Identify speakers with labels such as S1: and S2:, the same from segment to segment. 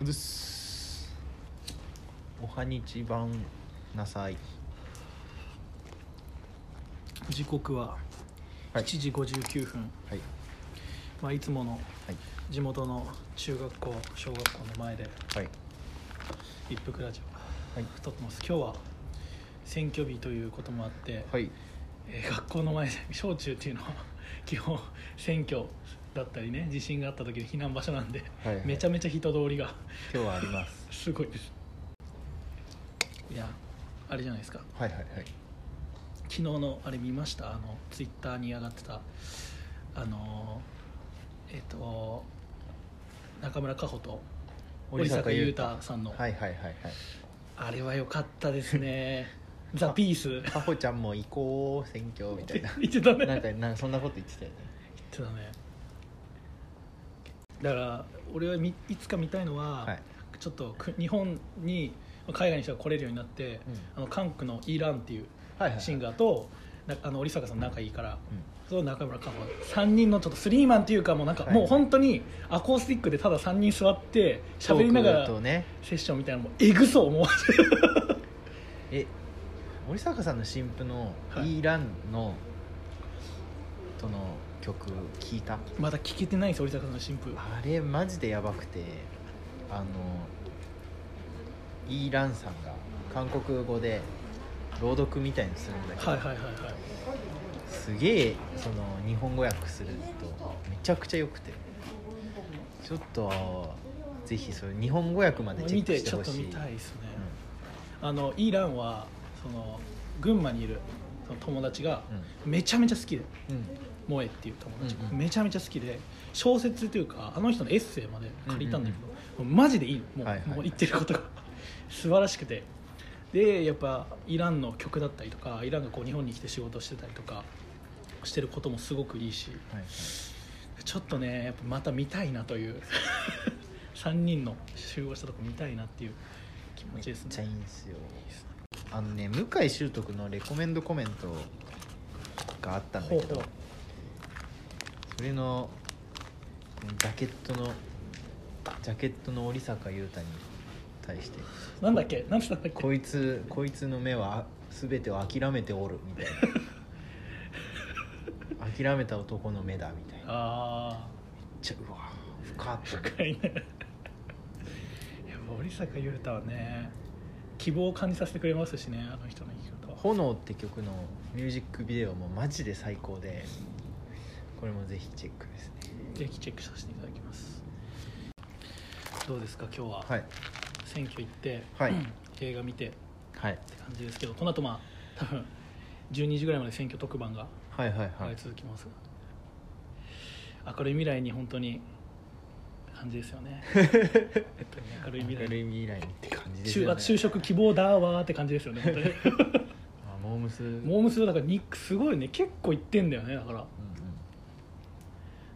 S1: うずっすおはにちばんなさい
S2: 時刻は
S1: はい
S2: 7時59分、
S1: はい
S2: まあ、いつもの
S1: はい
S2: 地元の中学校小学校の前で
S1: はい
S2: 一服ラジ
S1: はい
S2: オ撮ってます今日は選挙日ということもあって、
S1: はい
S2: えー学校の前で小中っていうのは 基本選挙だったりね地震があった時の避難場所なんで、
S1: はいはい
S2: めちゃめちゃ人通りが
S1: 今日はあります
S2: すごいですいやあれじゃないですか
S1: はいはいはい
S2: 昨日のあれ見ましたあのツイッターに上がってたあのーえっ、と中村佳穂と織坂優太さんの、
S1: はいはいはいはい
S2: あれは良かったです ね「ザ・ピース
S1: かほちゃんも行こう選挙みたい な
S2: 言ってたね
S1: なん
S2: 言
S1: かなんかそんなこと言ってたよね
S2: ってたねだから俺はみいつか見たいのは、
S1: はい
S2: ちょっとく日本に海外の人が来れるようになって、
S1: うん
S2: あの韓国のイーランっていう
S1: はいはい
S2: シンガーと、なあの織坂さん仲いいか
S1: う
S2: ら、
S1: ん
S2: そう中村かも3人のちょっとスリーマンっていうかもうなんか、
S1: はい
S2: もう本当にアコースティックでただ3人座って喋りな
S1: ト
S2: が
S1: ー
S2: ら
S1: クとね
S2: セッションみたいなのもえぐそう思わ せる
S1: え森坂さんの新婦の「
S2: はい
S1: イーランの」との曲聞いた
S2: まだ聞けてないんですよ織坂さんの新婦
S1: あれマジでやばくてあのイーランさんが韓国語で朗読みたいにするんだけど、
S2: はいはいはいはい
S1: すげえその日本語訳するとめちゃくちゃ良くてちょっとぜひそれ日本語訳までチェ
S2: 見
S1: ック
S2: て
S1: して
S2: ちょっ
S1: ほ
S2: と
S1: しい
S2: 見たいですね、あのイーランはその群馬にいるその友達が
S1: うん
S2: めちゃめちゃ好きで
S1: うんうん
S2: 萌えっていう友達が
S1: うんうん
S2: めちゃめちゃ好きで小説というかあの人のエッセイまで借りたんだけど、もうマジでいいのもう,、
S1: はいはい
S2: もう言ってることが 素晴らしくてでやっぱイランの曲だったりとかイランがこう日本に来て仕事してたりとかしてることもすごくいいし
S1: はいはい
S2: ちょっとねやっぱまた見たいなという 3人の集合したとこ見たいなっていう気持
S1: め
S2: ちで
S1: っ
S2: す
S1: ちゃいい
S2: ね
S1: んすよあのね向井秀徳のレコメンドコメントがあったんだけ
S2: ほう
S1: ど
S2: ほう
S1: それのジャケットのジャケットの織坂優太に対して
S2: なんだっけなんつったんだっ
S1: 「
S2: け
S1: こいつこいつの目は全てを諦めておる」みたいな 「諦めた男の目だ」みたいなめっ
S2: ああ
S1: ちゃうわ深っ
S2: 深いねやっぱ織坂優太はね希望を感じさせてくれますしねあの人の生き方は
S1: 炎」って曲のミュージックビデオもマジで最高でこれもぜひチェックですね
S2: ぜひチェックさせていただきますどうですか今日は、
S1: はい
S2: 選挙行って、
S1: はい
S2: 映画見てって
S1: はい
S2: 感じですけどこの後まあ多分12時ぐらいまで選挙特番が
S1: はいはいは
S2: 流
S1: い
S2: れ続きます、明るい未来に本当に感じです よね本当に明るい未来
S1: 明るい未来って感じです
S2: 就
S1: よね
S2: 就職希望だわーって感じですよね本当に
S1: あモームス
S2: モームスだからニックすごいね結構いってんだよねだから
S1: うん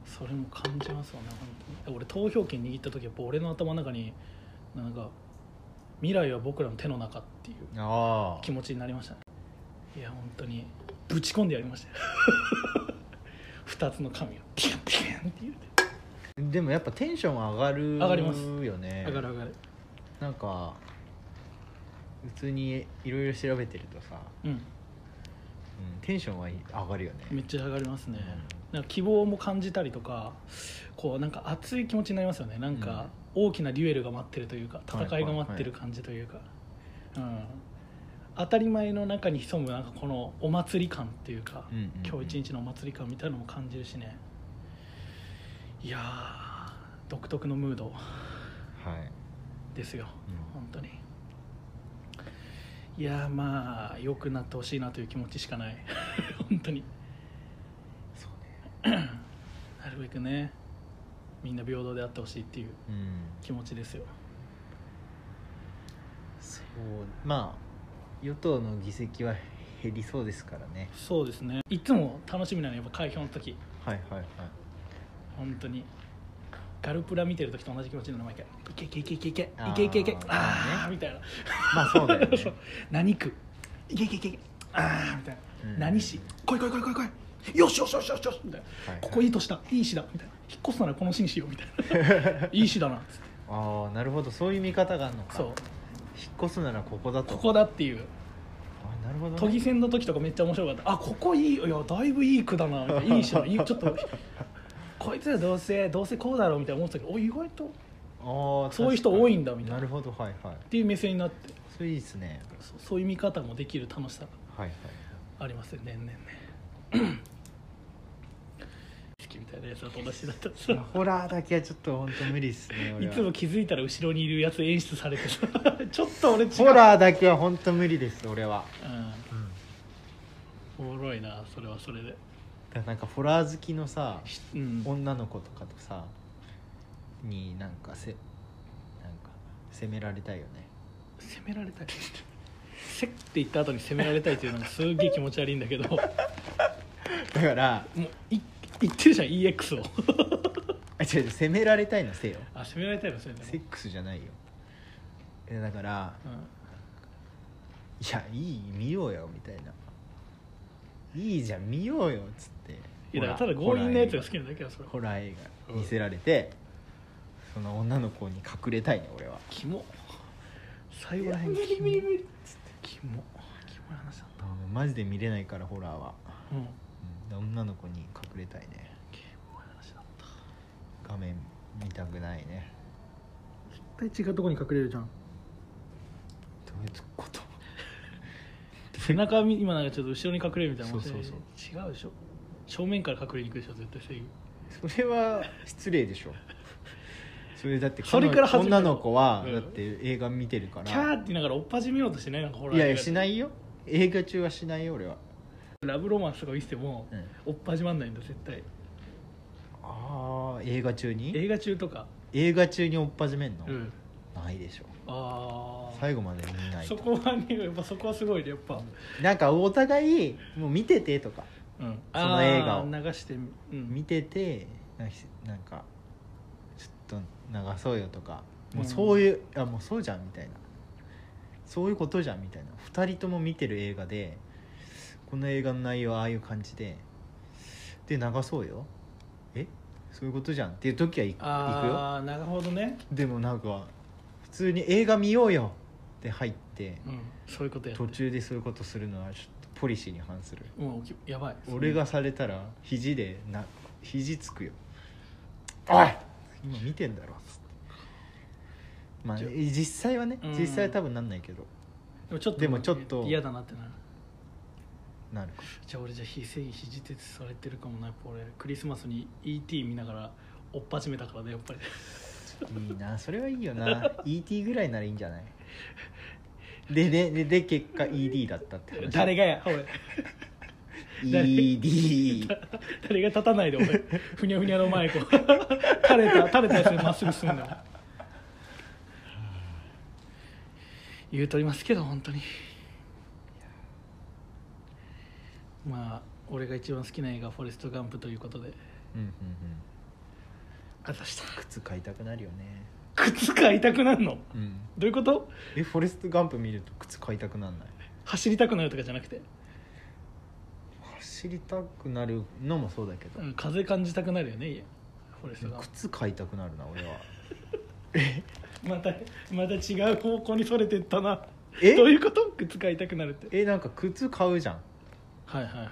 S2: それも感じますよね本当に俺投票権握った時やっぱ俺の頭の中になんか未来は僕らの手の中っていう
S1: うんああ
S2: 気持ちになりましたねいや本当にぶち込んでやりましたよ 二つの紙をピュンピュンって言って
S1: でもやっぱテンション上がる
S2: 上がります
S1: よね
S2: 上がる上がる
S1: なんか普通にいろいろ調べてるとさ、
S2: うん
S1: うん、テンションはい上がるよね
S2: めっちゃ上がりますねなんか希望も感じたりとかこうなんか熱い気持ちになりますよねなんか大きなデュエルが待ってるというか
S1: はい
S2: 戦いが待ってる感じというか、うん、当たり前の中に潜むなんかこのお祭り感っていうか、
S1: うんうんうん
S2: 今日一日のお祭り感みたいなのも感じるしねいやー独特のムード
S1: はい
S2: ですよ、
S1: うん
S2: 本当にいやーまあ良くなってほしいなという気持ちしかない 本当に
S1: そうね
S2: なるべくねみんな平等であってほしいっていう
S1: うん
S2: 気持ちですよ
S1: そうまあ与党の議席は減りそうですからね
S2: そうですねいつも楽しみなのはやっぱ開票の時
S1: はいはい はい
S2: 本当にガルプラ見てる時と同じ気持ちなの毎回いけいけいけいけいけい
S1: あー
S2: けいけいけあ
S1: まあ
S2: あ
S1: ね
S2: みたいな
S1: まあそうだよね
S2: そう何区いけいけいけいけああみたいな、
S1: うん
S2: 何市来い来い来い来い来いよしよしよしよしよしみたいな、
S1: はいはい
S2: ここいい年だいい市だみたいな引っ越すならこの市にしようみたいないい市だなっつって
S1: ああなるほどそういう見方があるのか
S2: そう
S1: 引っ越すならここだと
S2: ここだっていう
S1: あなるほどね、
S2: 都議選の時とかめっちゃ面白かったあここいいいやだいぶいい区だ ないいしないいちょっとこいつらどうせどうせこうだろうみたいな思ってたけどお意外とっ
S1: ああ
S2: そういう人多いんだみたいな
S1: なるほどはいはい
S2: ていう目線になって
S1: それいいですね
S2: そそういう見方もできる楽しさが
S1: はいはい
S2: ありますよね年々ね 好きみたいなやつは友達だった
S1: いや
S2: さ
S1: ホラーだけはちょっと本当無理っすね俺
S2: い
S1: は
S2: つも気づいたら後ろにいるやつ演出されてさ ちょっと俺違う
S1: ホラーだけは本当無理です俺は、うん、
S2: うんおもろいなそれはそれで
S1: だからなんかホラー好きのさ
S2: うん
S1: 女の子とかとさになんかせなんか責められたいよね
S2: 責められたい せって言った後に責められたいっていうのがすげえ気持ち悪いんだけども
S1: だから
S2: うい言ってるじゃん EX を
S1: あ違う違う責められたいのせよ
S2: あ責められたいのそれでも
S1: セックスじゃないよえだから
S2: うん
S1: いやいい見ようよみたいないいじゃん見ようよっつって
S2: いやだからただ強引なやつが好きなんだけどそれ
S1: ホラー映画
S2: うん
S1: 見せられて、その女の子に隠れたいね俺は
S2: キモ最後らへんキモキモキモい話だっ
S1: あもうマジで見れないからホラーは、
S2: たうん
S1: うん、女の子に隠れたいね
S2: キモい話だった
S1: 画面見たくないね
S2: 絶対違うとこに隠れるじゃん
S1: どういう こと
S2: 背中見今なんかちょっと後ろに隠れるみたいなもん
S1: そうそうそう
S2: 違うでしょ正面から隠れに行くでしょ絶対正義
S1: それは失礼でしょそれだって
S2: それから
S1: 彼
S2: 始め
S1: 女
S2: る
S1: 女の子は
S2: うん
S1: だって映画見てるか
S2: キャー
S1: ら、
S2: って言いながらおっぱじめようとしてないなんかホラー
S1: い
S2: 映画
S1: やい
S2: で
S1: やしないよ映画中はしないよ俺は、
S2: ラブロマンスとか見せても、
S1: うん
S2: おっぱじまんないんだ絶対
S1: ああ映画中に
S2: 映画中とか、
S1: 映画中に追っ始めんの、
S2: うん、
S1: ないでしょ
S2: ああ
S1: 最後まで見ない
S2: そ
S1: と
S2: こはねやっぱそこはすごいねやっぱ、
S1: なんかお互いもう見ててとか
S2: うん、
S1: その映画を
S2: あー流して、うん、
S1: 見ててなんかなんかちょっと流そうよとかもうそういう、あもうそうじゃんみたいなそういうことじゃんみたいな2人とも見てる映画でこの映画の内容はああいう感じでで流そうよえそういうことじゃんっていう時はい行くよ
S2: ああなるほどね、
S1: でもなんか普通に映画見ようよって入って
S2: うん、そういうことやって
S1: 途中でそういうことするのはちょっとポリシーに反する
S2: もうきやばい
S1: 俺がされたら肘でな肘つくよおい今見てんだろつってまあ
S2: じゃ
S1: 実際はね
S2: うん
S1: 実際は多分なんないけど
S2: でもちょっと
S1: でもちょっと
S2: 嫌だなってなる
S1: なるか
S2: じゃあ俺じゃあ非正義非自鉄されてるかもなやっぱ俺クリスマスに ET 見ながらおっぱじめたからねやっ ぱり
S1: いいなそれはいいよな ET ぐらいならいいんじゃないでででで結果 ED だったって話
S2: 誰がやおい
S1: ED
S2: 誰が立たないで俺ふにゃふにゃの前こう垂れた垂れたやつでまっすぐ進んだよ言うとりますけど本当にまあ俺が一番好きな映画「フォレスト・ガンプ」ということで
S1: うんうんうん
S2: あざした
S1: 靴買いたくなるよね
S2: 靴買いたくなるの
S1: うん
S2: どういうこと
S1: えフォレスト・ガンプ見ると靴買いたくなんない
S2: 走りたくなるとかじゃなくて、
S1: 走りたくなるのもそうだけど、
S2: うん、風感じたくなるよねフォレストガンプ
S1: 靴買いたくなるな俺は
S2: またまた違う方向にそれてったな
S1: え
S2: どういうこと靴買いたくなるって
S1: えなんか靴買うじゃん
S2: はいはいはい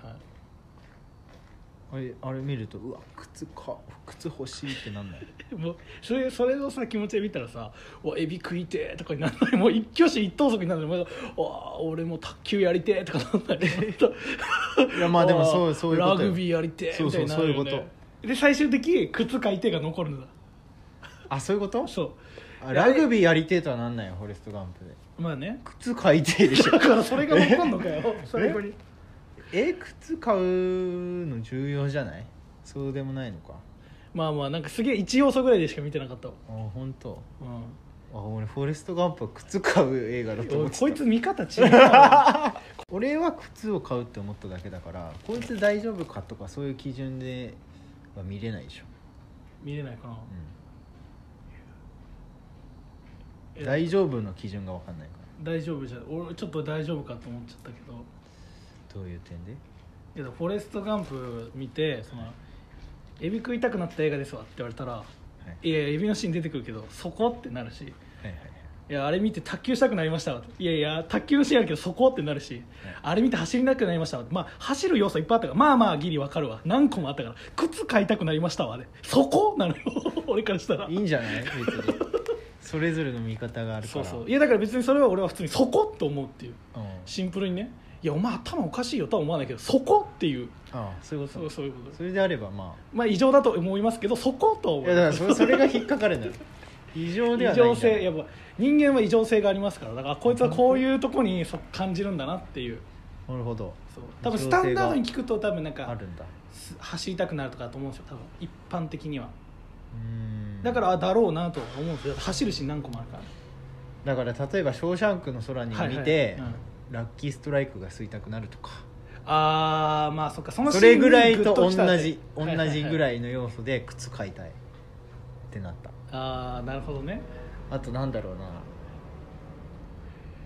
S1: あれあれ見るとうわ靴か靴欲しいってなんない
S2: もうそれそれのさ気持ちで見たらさ「おエビ食いて」とかにならないもう一挙手一投足にならないもうお俺も卓球やりて」とかなんない
S1: いやまあでもそう
S2: お
S1: そういうことよ
S2: ラグビーやりて
S1: そうそう
S2: みたになるよね
S1: そういうこ
S2: で最終的に靴買い手が残るのだ
S1: あそういうこと
S2: そ
S1: あラグビーやりてえとはなんないよフォレストガンプで
S2: うまあね
S1: 靴買いてえでしょ
S2: だからそれが残るのかよ最後に
S1: え靴買うの重要じゃないそうでもないのか
S2: まあまあなんかすげえ一要素ぐらいでしか見てなかったわ
S1: あ本当。
S2: うん
S1: あ俺フォレストガンプは靴買う映画だと思
S2: お
S1: っ
S2: い
S1: て
S2: こい
S1: た
S2: つ見方違 うな
S1: 俺は靴を買うって思っただけだからこいつ大丈夫かとかそういう基準では見れないでしょ、
S2: 見れないかな
S1: う
S2: え
S1: ん、大丈夫の基準が分かんないから
S2: 大丈夫じゃん俺ちょっと大丈夫かと思っちゃったけど
S1: どういう点で
S2: けど「フォレスト・ガンプ」見てその「エビ食いたくなった映画ですわ」って言われたら「
S1: はい
S2: いやいや指のシーン出てくるけどそこってなるし
S1: はいはいはい
S2: いやあれ見て卓球したくなりましたわいやいや卓球のシーンあるけどそこってなるし、あれ見て走りなくなりましたわまあ走る要素いっぱいあったからまあまあギリわかるわ何個もあったから靴買いたくなりましたわでそこなのよ 俺からしたら
S1: いいんじゃ ない別にそれぞれの見方があるか
S2: そう
S1: ら
S2: そういやだから別にそれは俺は普通にそこと思うっていう
S1: うん、
S2: シンプルにねいやお前頭おかしいよとは思わないけどそこっていう
S1: ああそういうこ
S2: そう
S1: と
S2: そういうことです
S1: それであればま
S2: まあ異常だと思いますけどそことは
S1: あい
S2: 思
S1: やだからそれそ れが引っかかるんだよ異常では
S2: 異
S1: ない
S2: 常
S1: んだよ
S2: 性やっぱ人間は異常性がありますからだからこいつはこういうとこにそ感じるんだなっていう
S1: なるほど
S2: そう多分スタンダードに聞くと多分なん
S1: あ
S2: か
S1: るんだ
S2: す走りたくなるとかだと思うんですよ多分一般的には
S1: うーん
S2: だからあだろうなとは思うんですよ走るシーン何個もあるから
S1: だから例えば「ショーシャンクの空」に見て、
S2: はいはいうん
S1: ラッキーストライクが吸いたくなるとか
S2: あーまあそっかその
S1: それぐらいと同
S2: シーンに
S1: じ
S2: グ
S1: 同
S2: ッときた
S1: じぐ
S2: い
S1: らいの要素で靴買いたいってなった
S2: ああなるほどね
S1: あとなんだろうな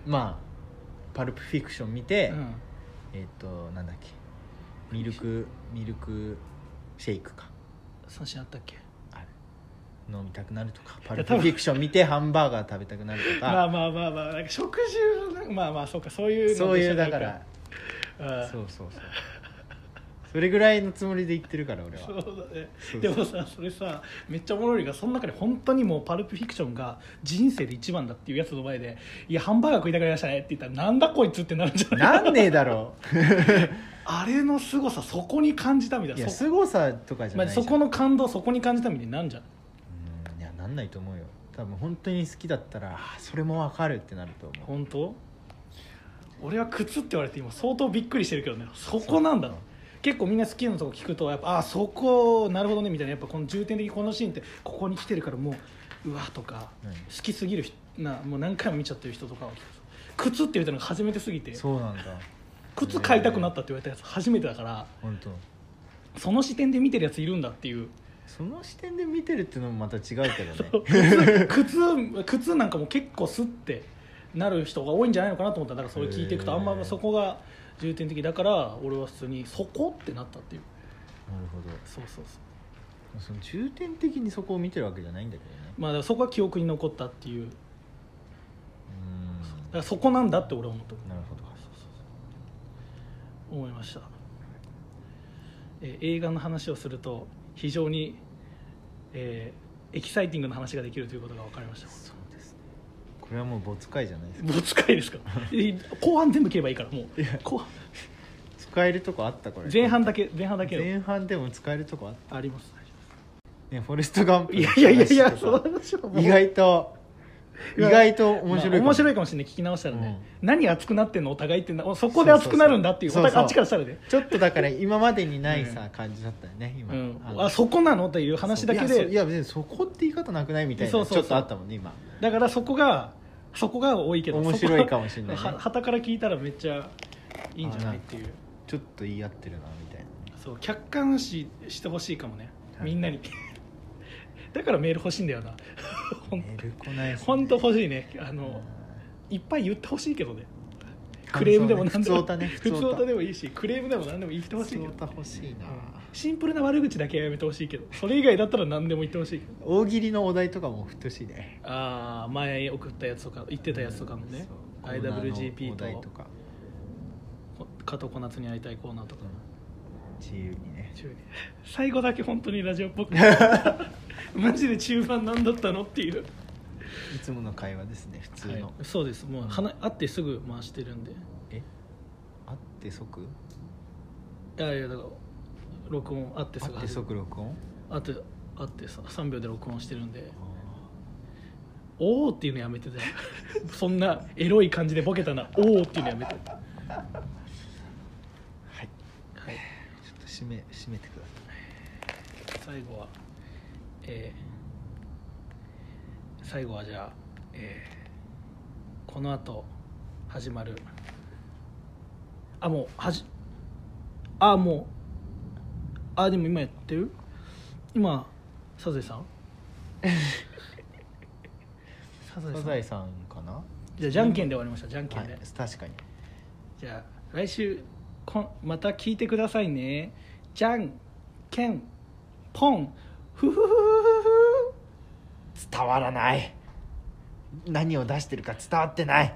S1: まあパルプフィクション見て、
S2: うん
S1: えっ、となんだっけミルクミルクシェイクか
S2: 三振あったっけ
S1: あれ飲みたくなるとかパ
S2: や
S1: ル
S2: 多
S1: プ
S2: 分
S1: フィクション見てハンバーガー食べたくなると
S2: まあ
S1: か
S2: まあまあまあなんか食事はなんかまあまあそうかそういうの
S1: そういう
S2: でしょ
S1: だから
S2: うん
S1: そうそうそうそれぐらいのつもりで言ってるから俺
S2: そ
S1: は
S2: うだね
S1: そう
S2: でもさそれさめっちゃおもろいのがその中で本当にもうパルプフィクションが人生で一番だっていうやつの前で「いやハンバーガー食いたくなりましたね」って言ったら「なんだこいつ」ってなるんじゃない
S1: なんねえだろ
S2: あれの凄さそこに感じたみた
S1: う
S2: い
S1: い
S2: な
S1: や
S2: そ,、
S1: 凄さとかじゃ
S2: ま
S1: な
S2: あ、
S1: いじゃ
S2: そ
S1: ん
S2: この感動そこに感じたみたいになんじゃん
S1: うんいやなんないと思うよ多分本当に好きだったらあーそれもわかるってなると思う
S2: 本当俺は靴って言われて今相当びっくりしてるけどねそこなんだ
S1: そう
S2: 結構みんな好きなとこ聞くとやっぱあそこなるほどねみたいなやっぱこの重点的にこのシーンってここに来てるからもううわとか
S1: うん
S2: 好きすぎる人なもう何回も見ちゃってる人とかは靴って言ったのが初めてすぎて
S1: そうなんだ
S2: 靴買いたくなったって言われたやつ初めてだから
S1: 本当
S2: その視点で見てるやついるんだっていう
S1: その視点で見てるっていうのもまた違うけどね
S2: 靴 靴靴なんかも結構すってなる人が多いんじゃないのかなと思っただからそれ聞いていくと
S1: へ
S2: あ
S1: ー
S2: んまそこが重点的だから俺は普通に「そこ?」ってなったっていう
S1: なるほど
S2: そうそうそう
S1: その重点的にそこを見てるわけじゃないんだけどね
S2: まあだからそこが記憶に残ったっていうだ
S1: うん
S2: からそこなんだって俺は思った
S1: なるほど
S2: 思いました、えー映画の話をすると非常に、えーエキサイティングな話ができるということが分かりました
S1: そうですねこれはもう没回じゃないですか
S2: もう使いですかえー後半全部切ればいいからもう後半
S1: 使えるとこあったこれ
S2: 前半だけ前半だけ
S1: 前半でも使えるとこあっ
S2: あります
S1: たねフォレストガンプ
S2: いやいやいやいやそ
S1: そ
S2: の
S1: う
S2: 話はもう
S1: 意外と意
S2: いや
S1: 外と面白い
S2: まあ面白い
S1: か
S2: か
S1: も
S2: もしれない聞き直したらね、何熱くなってんのお互いってなおそこで熱くなるんだっていう
S1: そうそうそう
S2: お互いあっちからしたらね
S1: ちょっとだから今までにないさ、
S2: うん
S1: 感じだったよね今、
S2: うん
S1: の
S2: あそこなのっていう話だけ
S1: そういやそうい
S2: で
S1: や別にそこって言い方なくないみたいな
S2: そうそうそ
S1: ち
S2: う
S1: ょっとあったもんね今
S2: だからそこがそこが多いけど
S1: 面白いかもしれないね
S2: そこははたから聞いたらめっちゃいいんじゃないっていう
S1: ちょっと言い合ってるなみたいな
S2: そう客観視してほしいかもね、
S1: はい
S2: みんなに だからメール欲しいんだよな ほん
S1: メール来ないですね
S2: 本当欲しいねあ
S1: うん
S2: のいっぱい言ってほしいけどねクレームでも何でも
S1: 普通歌ね
S2: 普通歌でもいいしクレームでも何でも言ってほ
S1: 普
S2: しい
S1: 通
S2: けど
S1: 歌欲しいな、
S2: シンプルな悪口だけはやめてほしいけどそれ以外だったら何でも言ってほしいけど
S1: 大喜利のお題とかも振ってほしいね
S2: ああ前送ったやつとか言ってたやつとかもね
S1: そうコーナーの
S2: IWGP
S1: お
S2: と
S1: 題とか、
S2: 加藤小夏に会いたいコーナーとか
S1: うん自由にね
S2: 中に最後だけ本当にラジオっ ぽくマジで中盤何だったのっていう
S1: いつもの会話ですね普通の、
S2: はいそうですもう話会ってすぐ回してるんで
S1: え会って即
S2: いやいやだから録音会ってす
S1: 会
S2: ぐ
S1: って即録音
S2: あとあってさ3秒で録音してるんで「おお」っていうのやめててそんなエロい感じでボケたな「おお」っていうのやめて
S1: はい
S2: は
S1: ちょ
S2: い
S1: っと締め締めてください
S2: 最後はえー最後はじゃあ、えーこの後始まるあもうはじあもうあでも今やってる今サザエさんサザエさ
S1: サ
S2: ん
S1: ザエさんかな
S2: じゃあじゃんけんで終わりましたじゃんけ
S1: は
S2: んで、
S1: い確かに
S2: じゃあ来週こんまた聞いてくださいねじゃんけんポンふふふふふふ
S1: 伝わらない何を出してるか伝わってない